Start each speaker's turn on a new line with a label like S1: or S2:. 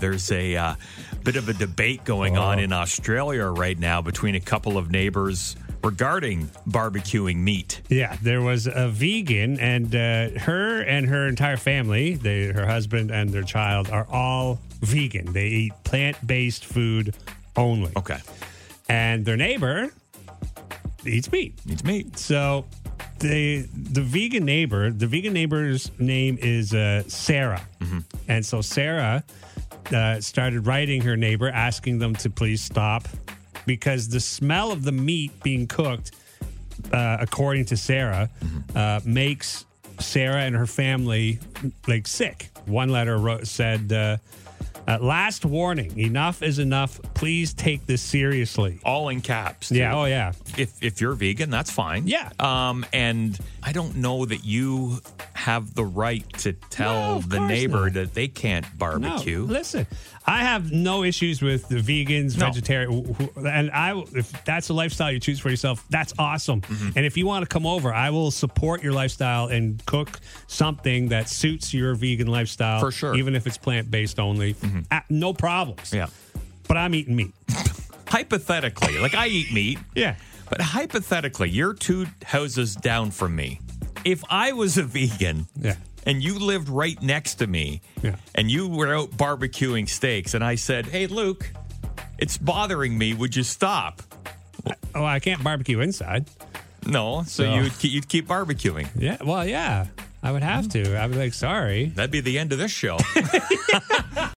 S1: There's a uh, bit of a debate going on in Australia right now between a couple of neighbors regarding barbecuing meat.
S2: Yeah, there was a vegan, and uh, her and her entire family, they, her husband and their child, are all vegan. They eat plant based food only.
S1: Okay,
S2: And their neighbor eats meat.
S1: needs meat.
S2: So the the vegan neighbor, the vegan neighbor's name is uh, Sarah, and so Sarah uh, started writing her neighbor asking them to please stop because the smell of the meat being cooked, uh, according to Sarah, uh, makes Sarah and her family like sick. One letter wrote, said. Uh, uh, last warning. Enough is enough. Please take this seriously.
S1: All in caps. too.
S2: Yeah. Oh, yeah.
S1: if if you're vegan, that's fine.
S2: Yeah.
S1: Um, and I don't know that you have the right to tell
S2: No, of
S1: the
S2: course
S1: neighbor
S2: not.
S1: that they can't barbecue.
S2: No, listen, I have no issues with the vegans,
S1: No.
S2: vegetarian, wh- wh- and I. If that's a lifestyle you choose for yourself, that's awesome.
S1: Mm-hmm.
S2: And if you want to come over, I will support your lifestyle and cook something that suits your vegan lifestyle
S1: For sure. Mm-hmm.
S2: even if it's plant based only. Uh, no problems.
S1: Yeah.
S2: but I'm eating meat.
S1: Hypothetically, like I eat meat.
S2: Yeah.
S1: But hypothetically, you're two houses down from me. If I was a vegan
S2: Yeah.
S1: and you lived right next to me
S2: Yeah.
S1: and you were out barbecuing steaks and I said, Hey Luke, it's bothering me. Would you stop?
S2: Oh, I can't barbecue inside.
S1: No. So
S2: No.
S1: you'd, keep, you'd keep barbecuing.
S2: Yeah.
S1: Mm-hmm.
S2: Well, yeah. I would have to. I'd be like, sorry.
S1: That'd be the end of this show.